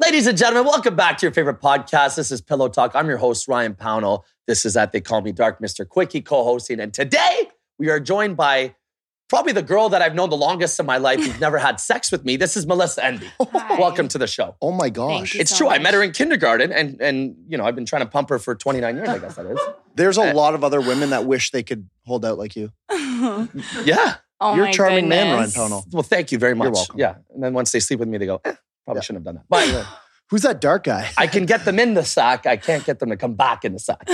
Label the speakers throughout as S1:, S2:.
S1: Ladies and gentlemen, welcome back to your favorite podcast. This is Pillow Talk. I'm your host, Ryan Pownell. This is at They Call Me Dark, Mr. Quickie co hosting. And today we are joined by probably the girl that I've known the longest in my life who's never had sex with me. This is Melissa Endy.
S2: Hi.
S1: Welcome to the show.
S3: Oh my gosh.
S2: you.
S1: It's
S2: so
S1: true. I
S2: much.
S1: met her in kindergarten, and and you know I've been trying to pump her for 29 years. I guess that is.
S3: There's a lot of other women that wish they could hold out like you.
S2: oh
S1: Yeah.
S3: You're
S2: my
S3: a charming man, Ryan
S2: goodness.
S3: Pownell.
S1: Well, thank you very much.
S3: You're welcome.
S1: Yeah. And then once they sleep with me, they go, eh, probably
S3: Yeah.
S1: shouldn't have done that. But
S3: Who's that dark guy?
S1: I can get them in the sack. I can't get them to come back in the sack.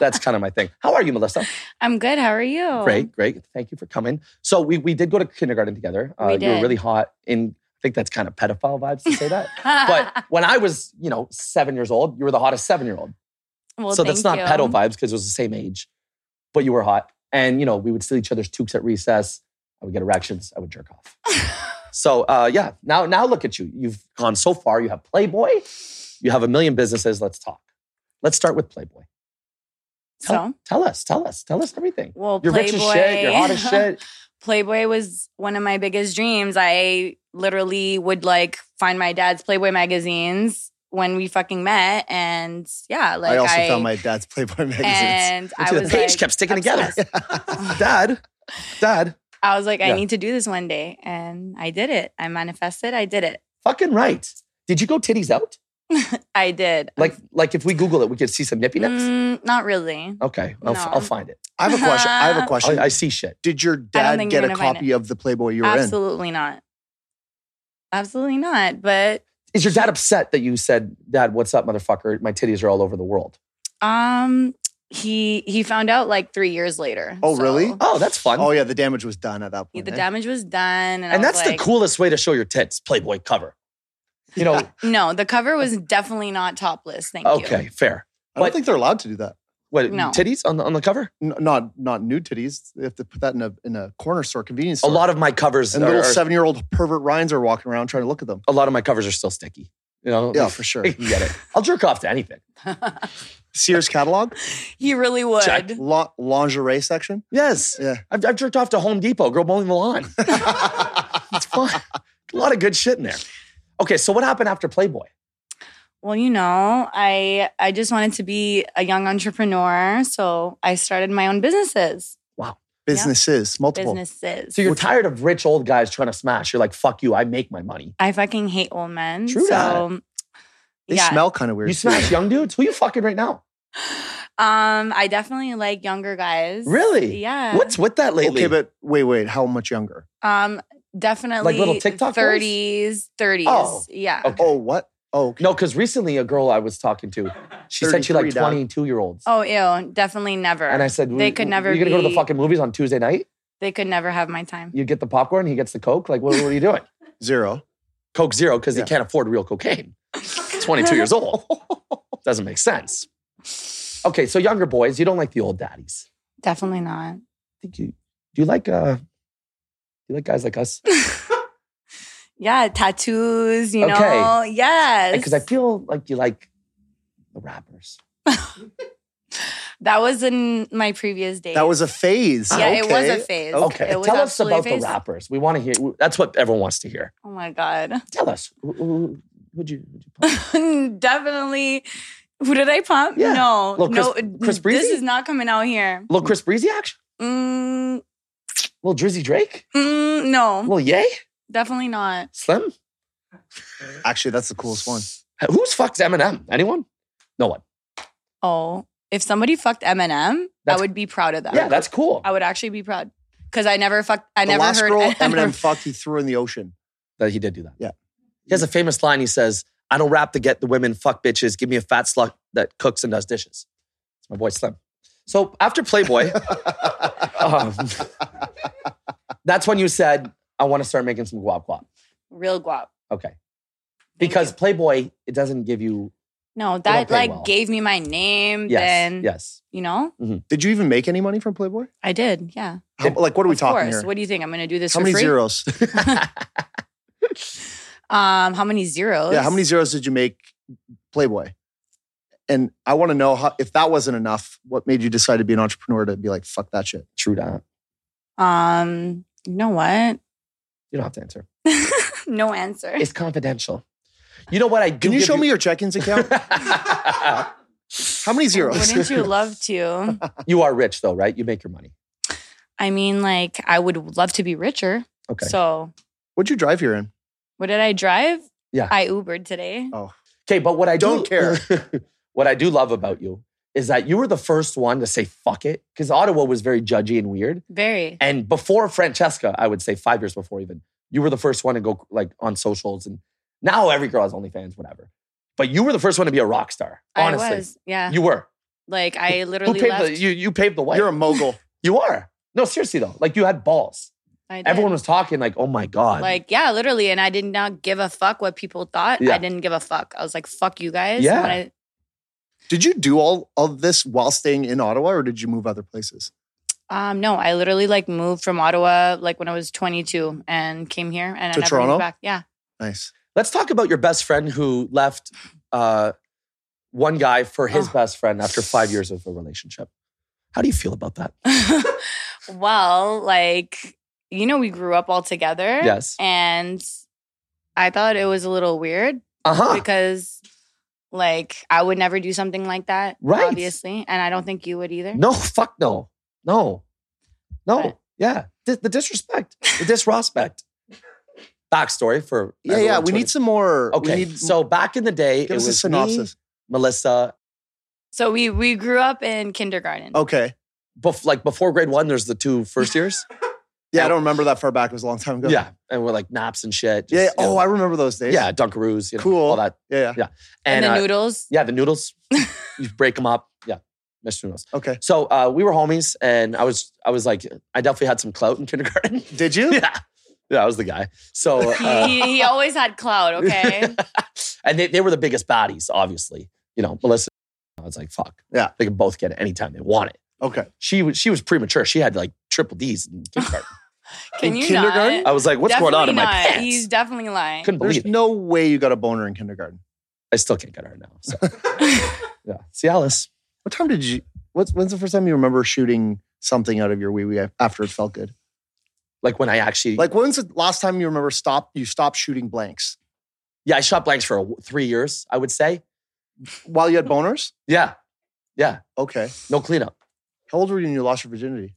S1: That's kind of my thing. How are you, Melissa?
S2: I'm good. How are you?
S1: Great, great. Thank you for coming. So we we did go to kindergarten together. Uh,
S2: We
S1: You were
S2: did.
S1: really hot. In I think that's kind of pedophile vibes to say that. but when I was, you know, seven years old, you were the hottest seven year old.
S2: Well,
S1: so that's not
S2: thank you.
S1: pedo vibes because it was the same age, but you were hot. And you know, we would steal each other's tukes at recess. I would get erections. I would jerk off. so uh, yeah, now now look at you. You've gone so far. You have Playboy. You have a million businesses. Let's talk. Let's start with Playboy. Tell,
S2: So,
S1: tell us, tell us, tell us everything.
S2: well,
S1: You're
S2: Playboy.
S1: rich as shit. You're hot as shit.
S2: Playboy was one of my biggest dreams. I literally would like find my dad's Playboy magazines when we fucking met, and yeah, like
S3: I also found my dad's Playboy magazines.
S1: And
S2: and I
S1: so the
S2: was
S1: page
S2: like,
S1: kept sticking
S2: obsessed.
S1: together. Dad, dad,
S2: I was like, I
S1: Yeah.
S2: need to do this one day, and I did it. I manifested. I did it.
S1: fucking right. Did you go titties out?
S2: I did.
S1: Like like if we Google it, we could see some nippy nips.
S2: Mm, not really.
S1: Okay, I'll, f-
S2: no.
S1: I'll find it.
S3: I have a question. I have a question.
S1: I, I see shit.
S3: Did your dad
S2: think you're
S3: get a
S2: gonna find
S3: copy of the Playboy you were
S2: Absolutely not. Absolutely not. But
S1: Is your dad upset that you said, Dad, what's up, motherfucker? My titties are all over the world.
S2: um he he found out like three years later.
S3: Oh, really?
S1: Oh, that's
S3: in?
S1: fun.
S3: Oh yeah, the damage was done at that
S2: The
S3: point. eh?
S2: damage was done. And, I
S1: and
S2: was
S1: that's
S2: like-
S1: the coolest way to show your tits, Playboy cover. You know,
S2: No, the cover was definitely not topless. Thank
S1: okay,
S2: you.
S1: fair.
S3: I don't
S1: But-
S3: think they're allowed to do that.
S1: What,
S2: No.
S1: titties on the, on the cover?
S3: N- not not nude titties. They have to put that in a in a corner store,
S1: A
S3: convenience store.
S1: lot of my covers
S3: and
S1: are,
S3: little
S1: are-
S3: seven year old pervert Ryans are walking around trying to look at them.
S1: a lot of my covers are still sticky. You know?
S3: Yeah, for sure.
S1: You get it. I'll jerk off to anything.
S3: Sears catalog,
S2: He really would.
S1: Check.
S3: la- lingerie section.
S1: Yes.
S3: Yeah.
S1: I've, I've jerked off to Home Depot, girl mowing the lawn. it's fun. A lot of good shit in there. Okay, so what happened after Playboy?
S2: Well, you know, I I just wanted to be a young entrepreneur, so I started my own businesses.
S3: Businesses, multiple.
S2: Businesses.
S1: So you're tired of rich old guys trying to smash. You're like, fuck you, I make my money.
S2: I fucking hate old men.
S1: True
S2: so
S3: They
S2: yeah.
S3: smell kind of weird.
S1: You
S3: too.
S1: smash young dudes? Who you fucking right now?
S2: Um, I definitely like younger guys.
S1: Really?
S2: Yeah.
S1: What's with that lately?
S3: Okay, but wait, wait, how much younger?
S2: um definitely
S1: Like little TikTok boys?
S2: 30s, 30s.
S1: Oh,
S2: yeah.
S1: okay.
S3: Oh, what? Oh, okay.
S1: no, because recently a girl I was talking to, she said she liked
S3: 33 down.
S1: 22 year olds.
S2: Oh ew, definitely never.
S1: And I said,
S2: They
S1: "We-
S2: could never
S1: You're gonna go to the
S2: be-
S1: fucking movies on Tuesday night.
S2: they could never have my time.
S1: You get the popcorn. He gets the coke. Like, what, what are you doing?
S3: zero.
S1: Coke zero because
S3: Yeah.
S1: he can't afford real cocaine. 22 years old doesn't make sense. Okay, so younger boys, you don't like the old daddies.
S2: Definitely not.
S1: I think you do you like uh, you like guys like us?
S2: Yeah, tattoos, you
S1: Okay.
S2: know. Yes.
S1: Because I feel like you like the rappers.
S2: that was in my previous date.
S3: That was a phase.
S2: yeah, it was a
S3: Okay.
S2: phase.
S1: Okay,
S2: It was
S1: tell us
S2: absolutely a
S1: about the
S2: phase.
S1: rappers. We want to hear. That's what everyone wants to hear.
S2: Oh my god.
S1: Tell us. Who, who, would you? Would you pump?
S2: definitely who did I pump?
S1: Yeah.
S2: No.
S1: Little Chris-
S2: no,
S1: Chris
S2: this
S1: Breezy?
S2: is not coming out here.
S1: little Chris Breezy action.
S2: Mm,
S1: Little Drizzy Drake.
S2: mm, no,
S1: Little Yay.
S2: definitely not.
S1: Slim.
S3: Actually, that's the coolest one.
S1: Who's fucked Eminem? Anyone? No one.
S2: Oh, if somebody fucked Eminem, I
S1: That's-
S2: would be proud of them.
S1: Yeah, that's cool.
S2: I would actually be proud because I never fucked. I
S3: The
S2: never
S3: last
S2: heard
S3: girl
S2: I never-
S3: Eminem fucked, he threw in the ocean.
S1: That he did do that.
S3: Yeah.
S1: He has a famous line. He says, "I don't rap to get the women. Fuck bitches. Give me a fat slut that cooks and does dishes." It's my boy Slim. So after Playboy, um, that's when you said, "I want to start making some guap guap."
S2: Real guap.
S1: Okay.
S2: Thank
S1: because
S2: you.
S1: Playboy it doesn't give you
S2: no,
S1: don't
S2: that
S1: pay
S2: like
S1: well.
S2: gave me my name.
S1: yes
S2: then
S1: yes
S2: you know,
S3: Did you even make any money from Playboy?
S2: I did. Yeah,
S3: How,
S1: Did-
S3: like, what are we
S2: of
S3: talking
S2: course.
S3: here?
S2: What do you think? I'm gonna do this
S3: how
S2: for
S3: many
S2: free.
S3: zeros?
S2: Um, how many zeros?
S3: yeah, how many zeros did you make Playboy? And I want to know how, if that wasn't enough, what made you decide to be an entrepreneur to be like, fuck that shit?
S1: true that
S2: Um, you know what?
S1: you don't have to answer
S2: no answer.
S1: it's confidential You know what I do?
S3: Can you
S1: give
S3: show me your check-ins account? How many zeros?
S2: Wouldn't you love to?
S1: you are rich though, right? You make your money.
S2: I mean, like, I would love to be richer.
S1: Okay.
S2: So,
S3: What'd you drive here in?
S2: what did I drive?
S1: Yeah. Oh.
S2: I Ubered today.
S1: Okay, but what I do-
S3: Don't care.
S1: what I do love about you is that you were the first one to say fuck it because Ottawa was very judgy and weird.
S2: Very.
S1: And before Francesca, I would say five years before even, you were the first one to go like on socials and now every girl has OnlyFans, whatever. But you were the first one to be a rock star. Honestly,
S2: I was. Yeah.
S1: you were.
S2: like, I
S1: Who
S2: literally
S1: paved
S2: left.
S1: the, you, you paved the way.
S3: You're a mogul.
S1: you are. No, seriously though, like you had balls.
S2: I did.
S1: Everyone was talking like, oh my god,
S2: Like, yeah, literally. And I did not give a fuck what people thought.
S1: Yeah.
S2: I didn't give a fuck. I was like, fuck you guys.
S1: Yeah.
S2: When I,
S3: Did you do all of this while staying in Ottawa, or did you move other places?
S2: um, no, I literally like moved from Ottawa like when I was 22 and came here and I
S3: To
S2: never
S3: Toronto?
S2: moved back. Yeah.
S3: Nice.
S1: Let's talk about your best friend who left uh, one guy for his
S2: Oh.
S1: best friend after five years of a relationship. How do you feel about that?
S2: well, like, you know, we grew up all together.
S1: Yes.
S2: And I thought it was a little weird
S1: Uh huh.
S2: because, like, I would never do something like that.
S1: Right.
S2: Obviously. And I don't think you would either.
S1: No, fuck no. No. No.
S2: Right.
S1: Yeah. Di- the disrespect, the disrespect. Backstory for.
S3: Yeah, yeah.
S1: everyone
S3: We need
S1: tuning-
S3: some more. we
S1: Okay.
S3: need-
S1: so back in the day,
S3: give
S1: it
S3: us
S1: was
S3: a
S1: me,
S3: synopsis.
S1: Melissa.
S2: So we we grew up in kindergarten.
S3: Okay.
S1: Bef- like before grade one, there's the two first years.
S3: Yeah, I don't remember that far back. It was a long time ago.
S1: yeah. And we're like naps and shit.
S3: Yeah.
S1: you
S3: Oh,
S1: know.
S3: I remember those days.
S1: yeah. Dunkaroos. You know,
S3: Cool.
S1: All that.
S3: Yeah. yeah.
S2: And,
S1: uh,
S2: the noodles.
S1: Yeah, the noodles. you break them up. Yeah, Mr. Noodles.
S3: Okay.
S1: So uh, we were homies, and I was I was like I definitely had some clout in kindergarten.
S3: Did you?
S1: yeah, yeah, I was the guy. So
S2: He-
S1: uh,
S2: he, he always had clout, okay?
S1: and they, they were the biggest baddies, obviously. You know, Melissa. I was like, fuck.
S3: Yeah.
S1: they can both get it anytime they want it.
S3: Okay.
S1: She was she was premature. She had like triple D's in kindergarten.
S2: Can
S3: In
S2: you
S3: kindergarten?
S2: not?
S1: I was like, what's going on in
S2: Definitely
S1: my
S2: not.
S1: pants?
S2: He's definitely lying.
S1: Couldn't believe
S3: There's
S1: it.
S3: no way you got a boner in kindergarten.
S1: I still can't get her now. So yeah, see Alice.
S3: What time did you? What's when's the first time you remember shooting something out of your wee wee after it felt good?
S1: Like when I actually
S3: Like when's the last time you remember stop? You stopped shooting blanks
S1: yeah, I shot blanks for a, three years. I would say
S3: while you had boners.
S1: yeah, yeah,
S3: Okay.
S1: no cleanup.
S3: How old were you when you lost your virginity?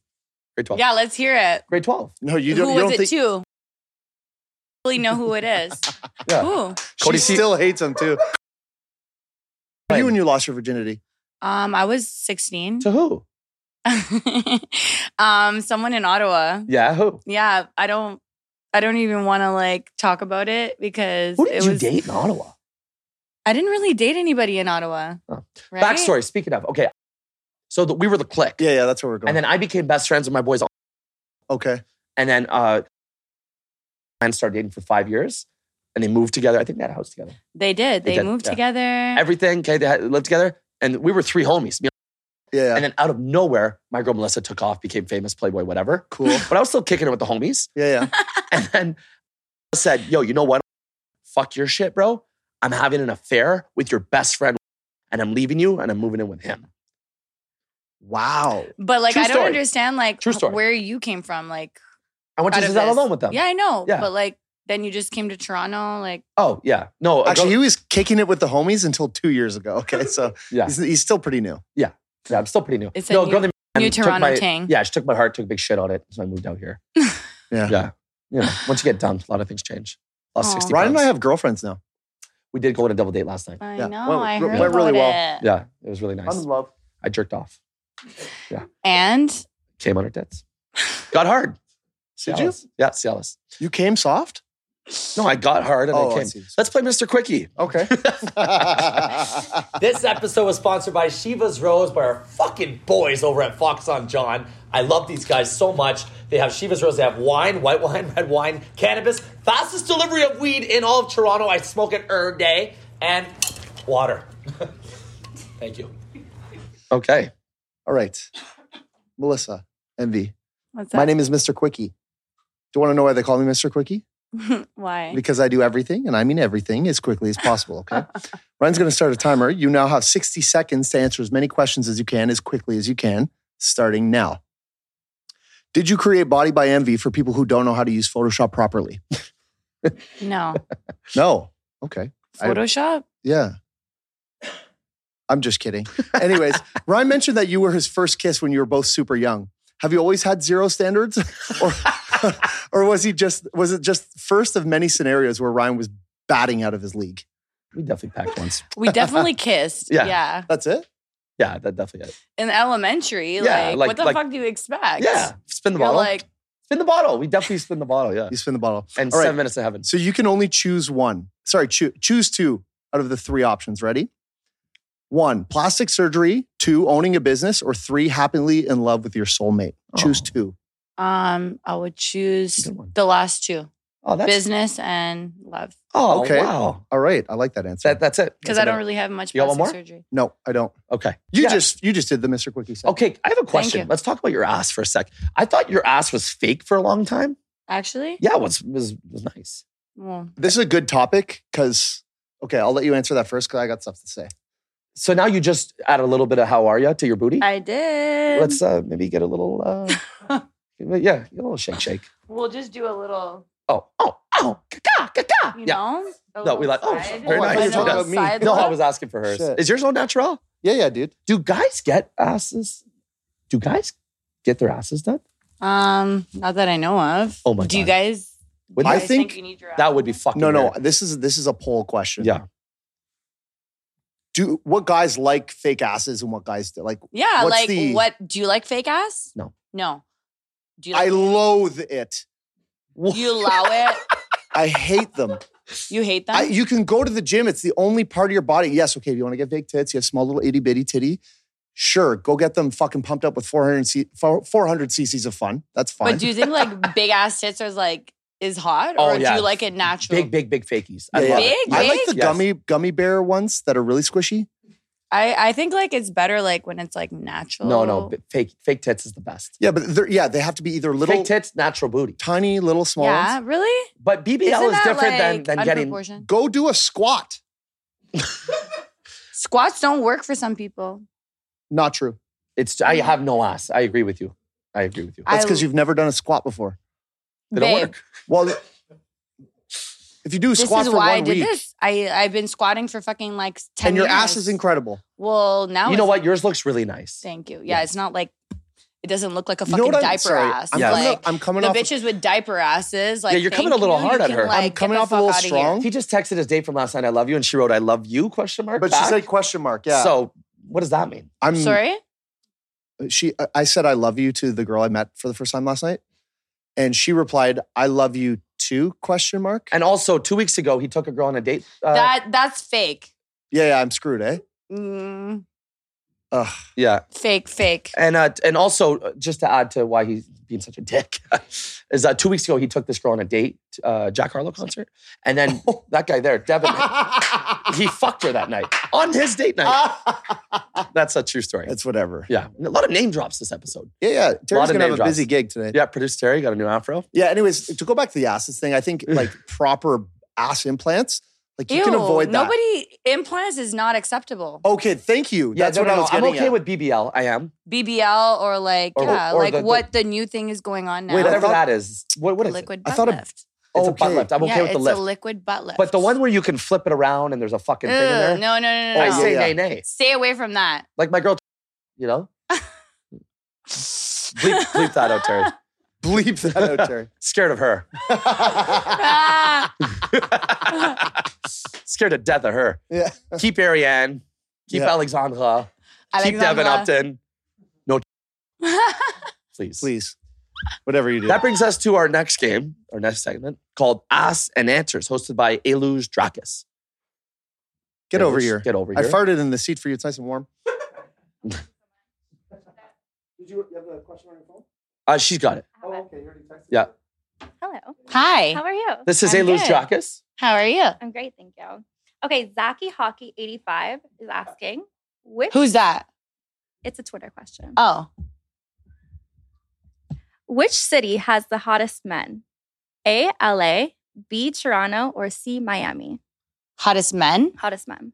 S1: Grade 12.
S2: yeah, let's hear it.
S1: Grade 12.
S3: No, you don't.
S2: who
S3: you
S2: was
S3: don't
S2: it
S3: think
S2: to? Really know who it is.
S1: Yeah.
S2: Who?
S1: Cody
S3: she
S1: C-
S3: still hates him too.
S1: Fine.
S3: you when you lost your virginity?
S2: Um, I was 16.
S1: To who?
S2: um, someone in Ottawa.
S1: Yeah, who?
S2: Yeah, I don't I don't even want to like talk about it because
S1: Who did
S2: it
S1: you
S2: was
S1: date in Ottawa?
S2: I didn't really date anybody in Ottawa.
S1: Oh.
S2: Right?
S1: Backstory, speaking of. Okay. So the, we were the clique.
S3: Yeah, yeah, that's where we're going.
S1: And then I became best friends with my boys.
S3: okay,
S1: And then uh and started dating for five years. And they moved together. I think they had a house together.
S2: They did.
S1: They
S2: They,
S1: did,
S2: moved
S1: yeah.
S2: together.
S1: Everything, okay, they had, lived together. And we were three homies. you know?
S3: yeah, yeah.
S1: And then out of nowhere, my girl Melissa took off, became famous, Playboy, whatever.
S3: cool. Yeah,
S1: But I was still kicking it with the homies.
S3: yeah.
S1: And then I said, yo, you know what? Fuck your shit, bro. I'm having an affair with your best friend and I'm leaving you and I'm moving in with him.
S3: Wow.
S2: But like
S1: True
S2: I don't
S1: story.
S2: understand like
S1: True story.
S2: where you came from. Like
S1: I went to
S2: out of
S1: Giselle
S2: this.
S1: alone with them.
S2: Yeah, I know.
S1: Yeah.
S2: But like then you just came to Toronto. Like
S1: Oh yeah. No. a
S3: Actually,
S1: girl-
S3: he was kicking it with the homies until two years ago. Okay, so
S1: yeah.
S3: he's, he's still pretty new.
S1: yeah. I'm still pretty new.
S2: It's a
S1: no,
S2: new-
S1: girl named
S2: new
S1: Anne took
S2: Toronto
S1: my-
S2: Tang.
S1: Yeah, she took my heart, took a big shit on it, so I moved out here.
S3: Yeah.
S1: Yeah. You know, once you get done, a lot of things change. Lost
S2: Aw.
S1: sixty.
S3: Ryan and I
S1: pounds.
S3: have girlfriends now.
S1: We did go on a double date last night.
S2: I
S3: Yeah,
S2: know.
S3: went-
S2: I
S3: went
S2: heard
S3: really
S2: about
S3: well.
S2: it.
S1: Yeah, it was really nice.
S3: love.
S1: I jerked off.
S2: And
S1: Came on her tits. Got hard.
S3: Did you?
S1: Cialis. Yeah, Cialis.
S3: You came soft.
S1: No, I got hard and
S3: Oh, I
S1: I came.
S3: see.
S1: Let's play Mr. Quickie.
S3: Okay.
S1: This episode was sponsored by Shiva's Rose by our fucking boys over at Fox on John. I love these guys so much. They have Shiva's Rose, they have wine, white wine, red wine, cannabis, fastest delivery of weed in all of Toronto. I smoke it every day, and water. Thank you. Okay.
S3: All right, Melissa, envy.
S2: what's that?
S3: My name is Mr. Quickie. Do you want to know why they call me Mr. Quickie?
S2: Why?
S3: Because I do everything, and I mean everything, as quickly as possible. Okay. Ryan's going to start a timer. You now have 60 seconds to answer as many questions as you can, as quickly as you can, starting now. Did you create Body by Envy for people who don't know how to use Photoshop properly?
S2: No.
S3: No. Okay. I-
S2: Photoshop?
S3: Yeah. I'm just kidding. Anyways, Ryan mentioned that you were his first kiss when you were both super young. Have you always had zero standards? or or was he just was it just first of many scenarios where Ryan was batting out of his league?
S1: We definitely packed once.
S2: We definitely kissed.
S1: Yeah.
S2: yeah.
S3: That's it?
S1: Yeah, that definitely it.
S2: In elementary,
S1: Yeah,
S2: like,
S1: like-
S2: what the
S1: like-
S2: fuck do you expect?
S1: Yeah, spin the
S2: You're
S1: bottle.
S2: like,
S1: spin the bottle. We definitely spin the bottle. Yeah,
S3: You spin the bottle.
S1: and
S3: all right.
S1: seven minutes to heaven.
S3: So you can only choose one. Sorry, choo- choose two out of the three options. Ready? One, plastic surgery. Two, owning a business. Or three, happily in love with your soulmate. Choose
S1: Oh.
S3: two.
S2: um, I would choose
S1: Good one.
S2: the last two
S1: Oh, that's
S2: business and love.
S1: Oh,
S3: Okay.
S1: Wow,
S3: All right, I like that answer.
S1: that that's it.
S2: Because
S1: That's
S2: I don't
S1: it.
S2: really have much
S1: You want
S2: plastic
S1: one
S2: surgery.
S3: no, I don't.
S1: Okay,
S3: You
S1: Yeah.
S3: just you just did the Mr. Quickie set.
S1: okay. I have a question.
S2: you.
S1: Let's talk about your ass for a sec. I thought your ass was fake for a long time.
S2: Actually?
S1: Yeah, it was was, was nice.
S2: Well,
S3: This is a good topic because okay, I'll let you answer that first because I got stuff to say.
S1: So now you just add a little bit of how are ya to your booty.
S2: I did.
S1: Let's uh, maybe get a little uh, yeah, a little shake shake.
S2: we'll just do a little,
S1: Oh oh oh, ka ka
S2: you
S1: Yeah.
S2: know? a
S1: No, we
S2: little
S1: like- oh,
S2: side-
S1: very
S3: Oh, I nice. thought you were
S2: a
S3: talking
S2: little
S3: about me.
S2: side
S1: No, I
S2: look.
S1: was asking for hers.
S3: Shit.
S1: Is yours all natural?
S3: Yeah, yeah, dude.
S1: Do guys get asses? Do guys get their asses done?
S2: Um, not that I know of.
S1: Oh my
S2: Do you
S1: God.
S2: guys?
S1: Would
S2: do you
S3: I
S2: guys
S3: think
S2: you need your
S1: That would be
S2: alcohol?
S1: fucking
S3: No, no.
S1: weird.
S3: This is this is a poll question.
S1: Yeah.
S3: Do what guys like fake asses and what guys do like
S2: Yeah,
S3: What's
S2: like
S3: the-
S2: what? Do you like fake ass?
S1: No.
S2: No. Do you?
S3: I
S2: Like,
S3: loathe it.
S2: you allow it.
S3: I hate them.
S2: You hate them.
S3: I, you can go to the gym. It's the only part of your body. Yes, okay, if you want to get big tits, you have small little itty bitty titty. Sure, go get them fucking pumped up with 400, c- 400 cc's of fun. That's fine.
S2: but do you think like big ass tits is like is hot,
S1: Oh,
S2: or do
S1: yeah.
S2: you like it natural?
S1: Big, big, big fakies. I
S3: Yeah,
S1: love
S3: yeah.
S1: it.
S2: Big,
S1: Yeah.
S3: I like the
S1: Yes.
S3: gummy gummy bear ones that are really squishy.
S2: I I think like it's better like when it's like natural.
S1: No, no, b- fake fake tits is the best.
S3: Yeah, but they're, yeah, they have to be either little,
S1: Fake tits, natural booty.
S3: tiny, little, small
S2: yeah,
S3: ones.
S2: really.
S1: But BBL
S2: Isn't
S1: is
S2: that,
S1: different than
S2: like,
S1: than getting.
S2: unproportioned?
S3: Go do a squat.
S2: Squats don't work for some people.
S3: Not true.
S1: It's I have no ass. I agree with you. I agree with you.
S2: I-
S3: That's because you've never done a squat before.
S1: They don't
S2: Babe,
S1: work.
S3: Well, if you do a
S2: This is
S3: squat for
S2: why I
S3: one
S2: did
S3: week,
S2: this. I I've been squatting for fucking like ten.
S3: and your
S2: years.
S3: ass is incredible.
S2: Well, now
S1: You know
S2: it's-
S1: what? Yours looks really nice.
S2: Thank you. Yeah,
S1: Yeah.
S2: it's not like it doesn't look like a
S3: You
S2: fucking
S3: know what I'm
S2: diaper
S3: sorry,
S2: ass.
S3: I'm
S1: Yeah.
S2: Like
S3: coming off- I'm coming
S2: the
S3: off-
S2: bitches with diaper asses. Like
S1: Yeah, you're coming
S2: thank
S1: a little
S2: you,
S1: hard
S2: you
S1: at
S2: can,
S1: her. I'm
S2: Like, get
S3: coming
S2: the
S3: off a
S2: fuck
S3: little
S2: outta here.
S3: strong.
S1: He just texted his date from last night. I love you, and she wrote, "I love you?" Question mark.
S3: But she
S1: back.
S3: said question mark. Yeah.
S1: So what does that mean?
S3: I'm
S2: Sorry.
S3: she uh, I- I said I love you to the girl I met for the first time last night. And she replied, I love you too, question mark.
S1: And also, two weeks ago, he took a girl on a date. Uh,
S2: that that's fake.
S3: Yeah, yeah, I'm screwed, eh?
S2: Mm,
S3: Ugh.
S1: yeah,
S2: fake, fake.
S1: and uh, and also, uh, just to add to why he's being such a dick, is that two weeks ago he took this girl on a date, uh, Jack Harlow concert, and then that guy there, Devin, he fucked her that night on his date night. That's a true story.
S3: It's whatever.
S1: Ah! yeah, a lot of name drops this episode.
S3: Yeah, yeah. Terry's
S1: of
S3: gonna have
S1: name
S3: a
S1: drops.
S3: busy gig today.
S1: Yeah, producer Terry got a new afro.
S3: Yeah, anyways, to go back to the asses thing, I think like proper ass implants, like you
S2: Ew,
S3: can avoid that.
S2: Nobody implants is not acceptable.
S3: Okay, thank you.
S1: Yeah,
S3: That's
S1: no,
S3: what
S1: no,
S3: I was
S1: no,
S3: getting
S1: I'm okay
S3: at.
S1: with BBL. I am.
S2: BBL or like
S1: Or-
S2: yeah,
S1: or
S2: like
S1: the- the-
S2: what the new thing is going on now.
S3: Wait, I
S1: Whatever
S3: thought-
S1: that is. What, what is
S2: liquid
S3: I
S2: butt
S3: thought a-
S2: lift.
S1: it? It's a butt
S3: Okay.
S1: lift. I'm okay
S2: yeah,
S1: with the
S2: it's
S1: lift.
S2: a liquid butt lift.
S1: but the one where you can flip it around and there's a fucking
S2: Ugh,
S1: thing in there.
S2: No, no, no, no.
S1: I
S2: no.
S1: say
S3: yeah.
S1: nay, nay.
S2: Stay away from that.
S1: Like my girl, you know? bleep, bleep that out, Terry.
S3: Bleep that out, Terry.
S1: Scared of her.
S2: Ah.
S1: Scared to death of her.
S3: yeah.
S1: Keep Ariane. Keep
S3: Yeah.
S1: Alexandra. Keep Devin
S2: Alexandra.
S1: Upton. No, please.
S3: Please. Whatever you do.
S1: That brings us to our next game, our next segment called Ass and Answers, hosted by Eluge Drakis.
S3: Get over
S1: Eluge,
S3: here.
S1: Get over
S3: I
S1: here.
S3: farted in the seat for you. It's nice and warm.
S1: uh, she's got it. Yeah.
S4: Hello. How
S2: Hi.
S4: are you?
S1: This is
S2: I'm
S1: Eluge
S2: good.
S1: Drakis.
S2: How are you?
S4: I'm great, thank you. Okay, Zaki Hockey 85 is asking which
S2: Who's that?
S4: it's a Twitter question.
S1: Uh,
S2: Oh,
S4: Which city has the hottest men? A LA, B Toronto, or C Miami?
S2: hottest men.
S4: Hottest men.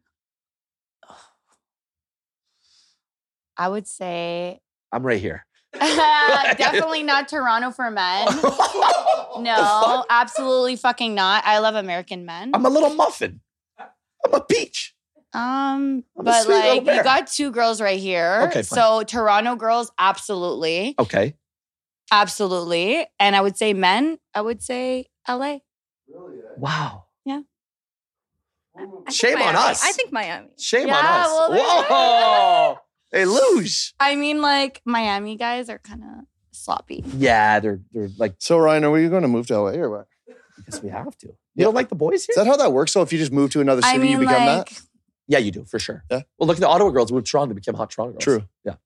S2: I would say
S1: I'm right here.
S2: definitely not Toronto for men.
S1: The
S2: No,
S1: fuck?
S2: absolutely fucking not. I love American men.
S1: I'm a little muffin. I'm a peach.
S2: Um,
S1: I'm a
S2: but
S1: sweet little
S2: like
S1: bear.
S2: you got two girls right here.
S1: Okay, fine.
S2: So Toronto girls, absolutely,
S1: Okay.
S2: absolutely, and I would say men. I would say LA.
S1: Wow.
S4: I think
S1: Shame on
S4: Miami.
S1: us.
S4: I think Miami.
S1: Shame on
S2: Yeah,
S1: us.
S2: well, there-
S1: Whoa. Hey, luge.
S2: I mean, like Miami guys are kind of sloppy.
S1: Yeah, they're they're like.
S3: So Ryan, are we going to move to LA or what?
S1: I guess we have to. You
S3: Yeah.
S1: don't like the boys here?
S3: Is that how that works? So if you just move to another city,
S2: I mean,
S3: you become
S2: like
S3: that.
S1: yeah, you do for sure.
S3: Yeah.
S1: Well, look at the Ottawa girls moved to Toronto, they became hot Toronto girls.
S3: True.
S1: Yeah.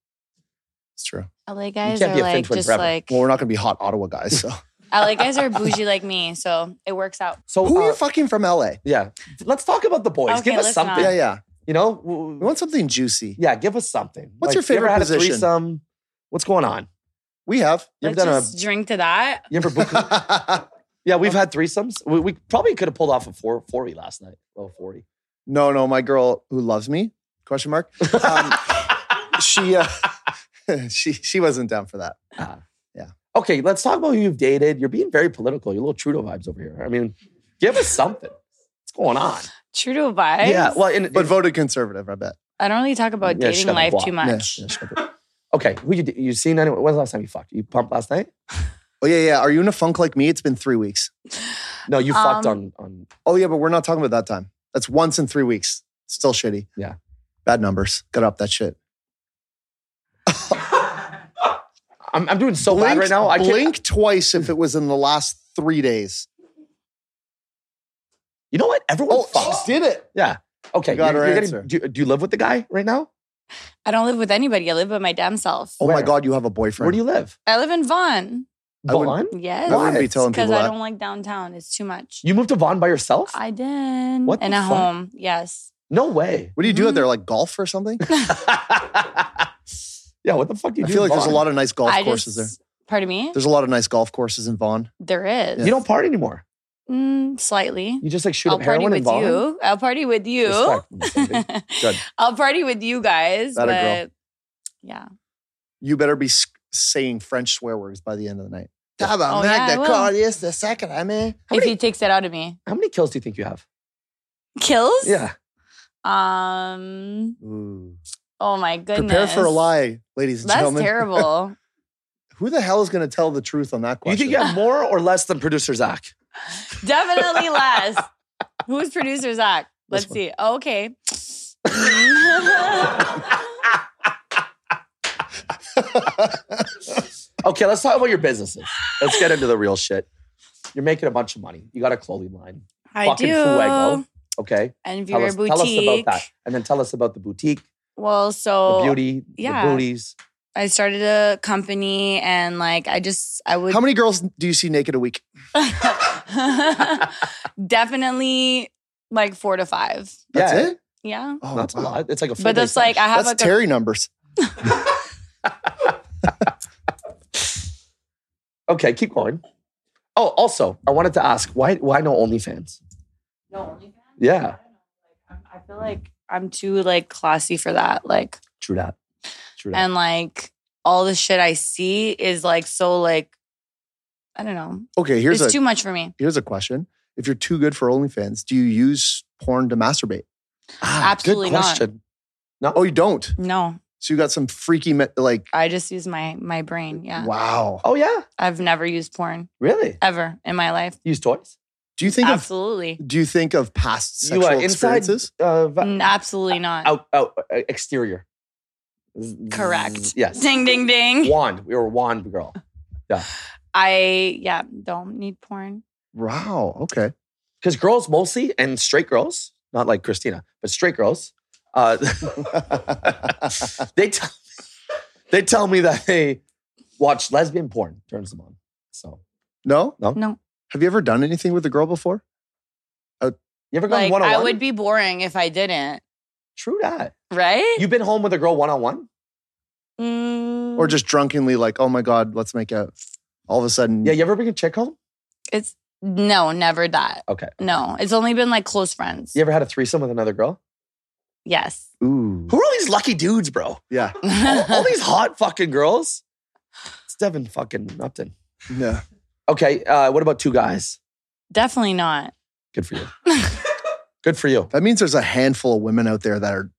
S3: It's true.
S2: LA guys
S1: can't
S2: are
S1: be a fin
S2: like
S1: twin
S2: just
S1: forever.
S2: like
S3: Well, we're not going to be hot Ottawa guys. So
S2: LA guys are bougie like me, so it works out.
S1: So
S3: who are
S1: uh,
S3: you fucking from LA?
S1: yeah, let's talk about the boys.
S2: Okay,
S1: give us
S2: let's
S1: something.
S2: not.
S3: Yeah, yeah.
S1: You know,
S3: We want something juicy.
S1: yeah, give us something.
S3: What's your
S1: you ever
S3: favorite
S1: had
S3: position?
S1: A threesome? What's going on?
S3: We have.
S1: You
S2: Let's
S1: ever done a?
S2: just drink to that.
S1: You ever book? yeah, we've had threesomes. We, we probably could have pulled off a four forty last night. Well, forty.
S3: no, no, my girl who loves me? Question mark. Um, she uh, she she wasn't down for that.
S1: Okay, let's talk about who you've dated. You're being very political. You're little Trudeau vibes over here. I mean, give us something. What's going on?
S2: Trudeau vibes.
S1: Yeah. Well, in,
S3: But voted conservative, I bet.
S2: I don't really talk about
S1: Yeah,
S2: dating
S1: shut the
S2: life
S1: fuck up.
S2: too
S3: Yeah,
S2: much.
S3: yeah, sure.
S1: okay, who you you seen anyone? When's the last time you fucked? You pumped last night?
S3: Oh yeah, yeah. Are you in a funk like me? It's been three weeks.
S1: No, you fucked on
S2: Um,
S1: on.
S3: Oh yeah, but we're not talking about that time. That's once in three weeks. Still shitty.
S1: Yeah.
S3: Bad numbers. Got up that shit.
S1: I'm, I'm doing so bad right now. I can't-
S3: blink twice if it was in the last three days.
S1: You know what? Everyone
S3: Oh,
S1: fucks.
S3: she did it.
S1: Yeah. Okay.
S3: You got her
S1: getting-
S3: answer.
S1: do, do you live with the guy right now?
S2: I don't live with anybody. I live with my damn self.
S3: Oh my
S1: Where?
S3: god, you have a boyfriend.
S1: Where do you live?
S2: I live in Vaughn.
S3: I
S1: Vaughn?
S3: wouldn't-
S2: Yes.
S3: I wouldn't be
S1: Why?
S3: telling
S2: Because
S3: people
S2: I
S3: that.
S2: don't like downtown. It's too much.
S1: You moved to Vaughn by yourself?
S2: I did.
S1: What
S2: In
S1: the
S2: a
S1: fuck?
S2: home. Yes.
S1: no way.
S3: What do you do out
S2: Mhm.
S3: there? Like golf or something? I
S1: yeah. What the fuck do you do?
S3: feel
S1: in
S3: like there's a
S1: Vaughan?
S3: lot of nice golf
S2: I
S3: courses there.
S2: just, Pardon me?
S3: There's a lot of nice golf courses in Vaughan.
S2: There is.
S1: You don't party anymore.
S2: Mm, slightly.
S1: You just like shoot
S2: I'll
S1: up
S2: party
S1: heroin in
S2: with
S1: Vaughn.
S2: you. I'll party with you.
S1: Respect. Good.
S2: I'll party with you guys.
S3: That a girl.
S2: but yeah.
S3: You better be s- saying French swear words by the end of the night.
S2: Oh, yeah, I will.
S3: the second, I mean.
S2: If he takes it out of me.
S1: How many kills do you think you have?
S2: Kills?
S1: Yeah.
S2: Um
S3: Ooh.
S2: oh my goodness.
S3: Prepare for a lie, ladies and
S2: That's
S3: gentlemen.
S2: terrible.
S3: Who the hell is going to tell the truth on that
S1: You
S3: question?
S1: think you have more or less than producer Zach?
S2: Definitely less. Who's producer Zach? Let's
S1: This one.
S2: see. Oh, okay.
S1: Okay, let's talk about your businesses. Let's get into the real shit. You're making a bunch of money. You got a clothing line.
S2: I
S1: Fucking
S2: do.
S1: Fuego. Okay.
S2: And
S1: Tell
S2: your
S1: us,
S2: boutique.
S1: tell us about that. And then tell us about the boutique,
S2: Well,
S1: the
S2: so
S1: beauty, the
S2: yeah.
S1: booties.
S2: I started a company and like I just I would
S3: How many girls do you see naked a week?
S2: definitely like four to five.
S3: That's
S1: Yeah.
S3: it?
S2: Yeah.
S3: Oh,
S1: that's a
S3: wow.
S1: lot. It's like a full
S2: But that's like I have
S3: That's
S2: like a
S3: Terry numbers.
S1: Okay, keep going. Oh, also, I wanted to ask why why no OnlyFans?
S2: no OnlyFans.
S1: Yeah.
S2: I feel like I'm too like classy for that. Like
S1: True that. True that.
S2: and like all the shit I see is like so like I don't know.
S3: Okay, here's
S2: it's
S3: a
S2: too much for me.
S3: here's a question. If you're too good for OnlyFans, do you use porn to masturbate?
S1: Ah,
S2: absolutely
S1: good
S2: not.
S1: question.
S3: Oh, you don't.
S2: No,
S3: So you got some freaky me- like
S2: I just use my my brain. Yeah,
S3: wow.
S1: Oh yeah.
S2: I've never used porn
S1: Really?
S2: ever in my life.
S1: Use toys?
S3: Do you think of
S2: absolutely,
S3: do you think of past
S1: you
S3: sexual
S1: are inside
S3: experiences?
S1: uh, va-
S2: Mm, absolutely not.
S1: out, out uh, exterior. Z-
S2: Correct.
S1: Yes.
S2: Ding ding ding.
S1: Wand. We were a wand girl.
S2: I yeah don't need porn.
S3: Wow. Okay.
S1: Because girls mostly and straight girls, not like Christina, but straight girls, uh, they tell they tell me that they watch lesbian porn turns them on. So
S3: no?
S2: No,
S3: Have you ever done anything with a girl before?
S1: you ever gone
S2: like
S1: one on
S3: oh
S2: I
S1: one?
S2: would be boring if I didn't.
S1: True that.
S2: Right?
S1: You've been home with a girl one on one.
S2: Mm,
S3: Or just drunkenly like, "Oh my god, let's make out." All of a sudden,
S1: Yeah. You ever bring a chick home?
S2: it's no, never that.
S1: Okay.
S2: No, it's only been like close friends.
S1: You ever had a threesome with another girl?
S2: Yes.
S3: ooh.
S1: Who are all these lucky dudes, bro?
S3: Yeah.
S1: All, all these hot fucking girls. It's Devin fucking Upton.
S3: Yeah.
S1: Okay. Uh, what about two guys?
S2: Definitely not.
S1: Good for you. Good for you.
S3: That means there's a handful of women out there that are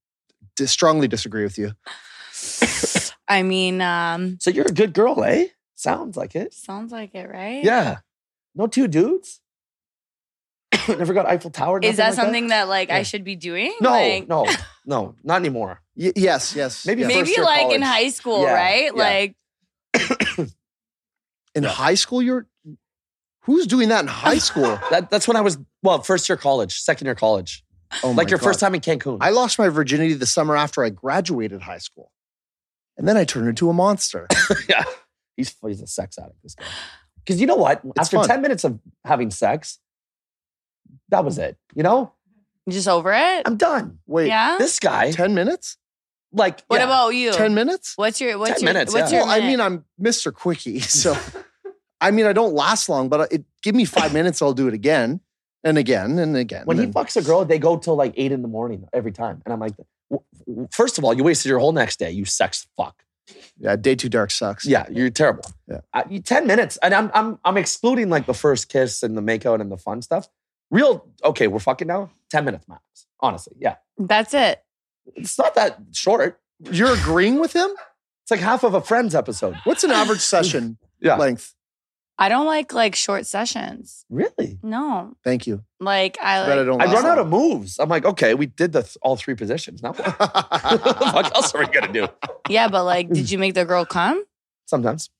S3: dis- strongly disagree with you.
S2: I mean, um,
S1: So you're a good girl, eh? Sounds like it.
S2: sounds like it, right?
S1: Yeah. No two dudes. Never got Eiffel Tower.
S2: Is
S1: nothing
S2: that
S1: like
S2: something that, like
S1: Yeah.
S2: I should be doing?
S1: No,
S2: like,
S1: no, no, not anymore.
S3: Y- yes, yes.
S1: Maybe
S3: yes.
S1: first
S2: Maybe
S1: year
S2: like
S1: college.
S2: in high school,
S1: Yeah,
S2: right?
S1: yeah.
S2: Like
S3: in high school. You're who's doing that in high school?
S1: That, that's when I was well, first year college, second year college,
S3: Oh
S1: like
S3: my
S1: your
S3: God.
S1: first time in Cancun.
S3: I lost my virginity the summer after I graduated high school, and then I turned into a monster.
S1: yeah, he's he's a sex addict. This guy. Because you know what? After
S3: fun.
S1: ten minutes of having sex, that was it. You know,
S2: just over it.
S1: I'm done.
S3: Wait,
S2: yeah.
S1: This guy,
S3: ten minutes?
S1: like,
S2: what
S1: yeah,
S2: about you?
S3: Ten minutes?
S2: What's your what's
S1: 10
S2: your
S1: minutes,
S2: what's
S1: yeah.
S2: your
S3: Well, I mean,
S2: minute?
S3: I'm Mr. Quickie, so I mean, I don't last long, but uh, it give me five minutes, I'll do it again and again and again.
S1: when he
S3: and-
S1: fucks a girl, they go till like eight in the morning every time, and I'm like, w- w- first of all, you wasted your whole next day. You sex fuck.
S3: yeah, day too dark sucks.
S1: Yeah, you're terrible.
S3: Yeah.
S1: Uh, you- ten minutes, and I'm I'm I'm excluding like the first kiss and the makeout and the fun stuff. Real okay, we're fucking now. Ten minutes max. Honestly, yeah,
S2: That's it.
S1: it's not that short.
S3: you're agreeing with him.
S1: It's like half of a Friends episode.
S3: What's an average session
S1: Yeah,
S3: length?
S2: I don't like like short sessions.
S1: really.
S2: No.
S3: Thank you.
S2: Like I
S3: Glad I
S2: like
S3: don't.
S1: I
S3: Last
S1: run out
S3: long.
S1: of moves. I'm like, okay, we did the th- all three positions. Now what? What else are we gonna do?
S2: Yeah, but like did you make the girl come?
S1: Sometimes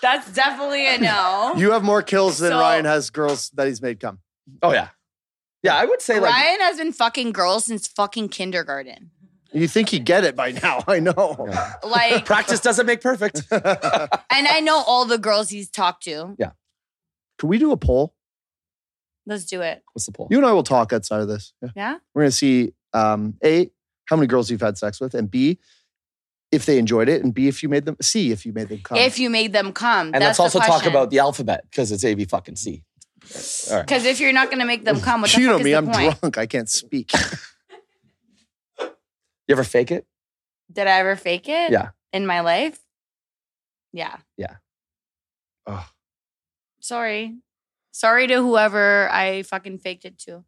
S2: That's definitely a no.
S3: You have more kills than
S2: So-
S3: Ryan has girls that he's made come.
S1: Oh yeah, yeah. I would say like
S2: Ryan has been fucking girls since fucking kindergarten.
S3: You think he'd get it by now? I know.
S2: Like
S1: practice doesn't make perfect.
S2: and I know all the girls he's talked to.
S3: Can we do a poll?
S2: Let's do it.
S1: What's the poll?
S3: You and I will talk outside of this. Yeah.
S2: Yeah?
S3: We're gonna see um, a how many girls you've had sex with, and b if they enjoyed it, and b if you made them c if you made them come.
S2: If you made them come.
S1: and let's
S2: that's the
S1: also talk
S2: question.
S1: about the alphabet because it's A B fucking C. All right.
S2: Because if you're not going to make them come, what the
S3: you
S2: fuck
S3: know
S2: is
S3: me,
S2: the
S3: I'm
S2: point?
S3: drunk. I can't speak.
S1: You ever fake it?
S2: Did I ever fake it?
S1: Yeah.
S2: In my life? Yeah.
S1: Yeah. Ugh.
S2: Sorry. Sorry to whoever I fucking faked it to.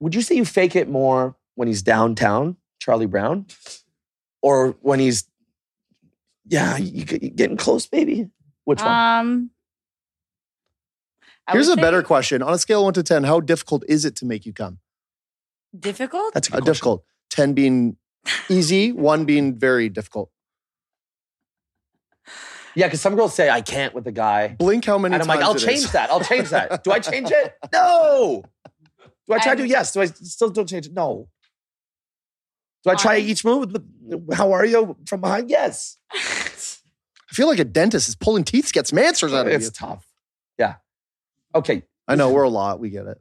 S1: Would you say you fake it more when he's downtown, Charlie Brown, or when he's yeah, you, you getting close, baby? Which one?
S2: Um. I
S3: Here's
S2: would
S3: a
S2: say
S3: better question: on a scale of one to ten, how difficult is it to make you come?
S2: Difficult?
S1: That's a
S3: Uh,
S1: good question.
S3: difficult. Ten being easy, one being very difficult.
S1: Yeah, because some girls say I can't with a guy,
S3: Blink how many
S1: and I'm
S3: times
S1: like, I'll
S3: it
S1: change
S3: is.
S1: that. I'll change that. Do I change it? No. Do I try to?
S2: I'm-
S1: Yes. Do I still don't change it? No. Do I try
S2: I'm-
S1: each move? How are you from behind? Yes.
S3: I feel like a dentist is pulling teeth, gets some answers out of
S1: It's
S3: you.
S1: tough. Yeah. Okay.
S3: I know we're a lot. We get it.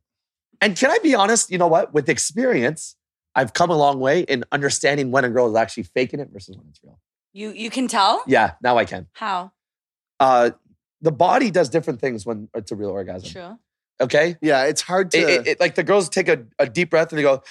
S1: And can I be honest? You know what? With experience, I've come a long way in understanding when a girl is actually faking it versus when it's real.
S2: You you can tell
S1: Yeah, now I can.
S2: how
S1: Uh, the body does different things when it's a real orgasm.
S2: true.
S1: Okay.
S3: Yeah, it's hard to.
S1: It, it, it- like the girls take a, a deep breath and they go,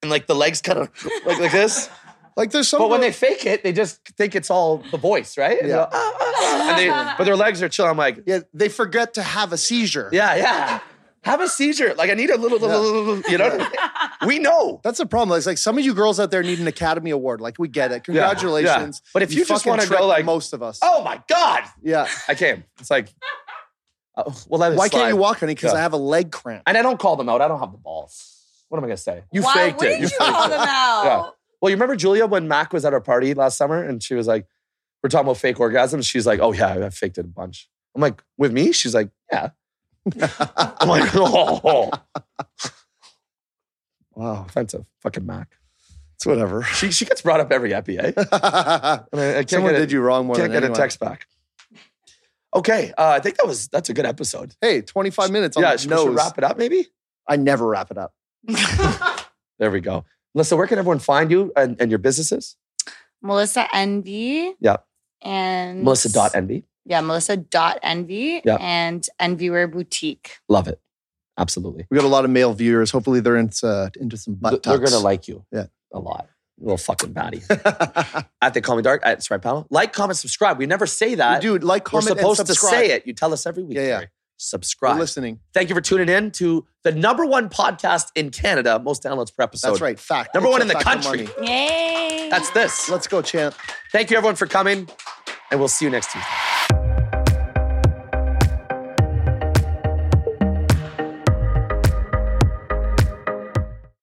S1: and like the legs kind of like like this.
S3: like there's some.
S1: But when they
S3: girls-
S1: fake it, they just think it's all the voice, right? And,
S3: Yeah.
S1: they're, "Ah, ah, ah," and they, but their legs are chill. I'm like,
S3: yeah, they forget to have a seizure.
S1: yeah, yeah. Have a seizure. Like I need a little, little,
S3: Yeah.
S1: little, little- you know. what I mean? We know.
S3: That's the problem. It's like some of you girls out there need an Academy Award. Like we get it. Congratulations.
S1: yeah. But if you just
S3: fucking
S1: wanna go
S3: tricked
S1: like-
S3: most of us,
S1: Oh my god,
S3: yeah.
S1: I came. It's like, uh, well, that is
S3: Why can't you walk, honey? Because
S1: Yeah.
S3: I have a leg cramp.
S1: And I don't call them out. I don't have the balls. What am I gonna say? You
S2: Why
S1: faked it.
S2: wouldn't you call them out?
S1: Well, you remember Julia when Mac was at our party last summer and she was like, we're talking about fake orgasms. She's like, oh yeah, I faked it a bunch. I'm like, with me? She's like, yeah. I'm like, oh,
S3: Wow,
S1: offensive. Fucking Mac.
S3: it's whatever.
S1: She, she gets brought up every epi, eh? And I, I can't
S3: Someone
S1: get, a,
S3: did you wrong more
S1: can't
S3: than
S1: get a
S3: anyone.
S1: text back. Okay, uh, I think that was that's a good episode.
S3: Hey, 25 minutes on
S1: yeah,
S3: yeah,
S1: should, we should
S3: nose.
S1: wrap it up maybe?
S3: I never wrap it up.
S1: There we go. Melissa, where can everyone find you and, and your businesses?
S2: Melissa Envy.
S1: Yeah.
S2: And
S1: Melissa.envy.
S2: Yeah, Melissa dot Envy
S1: Yeah.
S2: and Envywear Boutique.
S1: Love it. Absolutely.
S3: We got a lot of male viewers. Hopefully, they're into, uh, into some butt
S1: They're
S3: tucks.
S1: going to like you
S3: Yeah.
S1: a lot. You Little fucking batty. at the Call Me Dark, at Swipe Panel. Like, comment, subscribe. We never say that.
S3: Dude, like,
S1: We're
S3: comment,
S1: supposed
S3: and
S1: to
S3: subscribe.
S1: say it. You tell us every week.
S3: Yeah, yeah.
S1: Terry.
S3: We're
S1: subscribe.
S3: listening.
S1: Thank you for tuning in to the number one podcast in Canada, most downloads per episode.
S3: That's right. Fact.
S1: Number
S3: It's
S1: one
S3: a
S1: in the
S3: fact of
S1: country.
S3: money.
S2: Yay.
S1: That's this.
S3: Let's go, champ.
S1: Thank you, everyone, for coming, and we'll see you next Tuesday.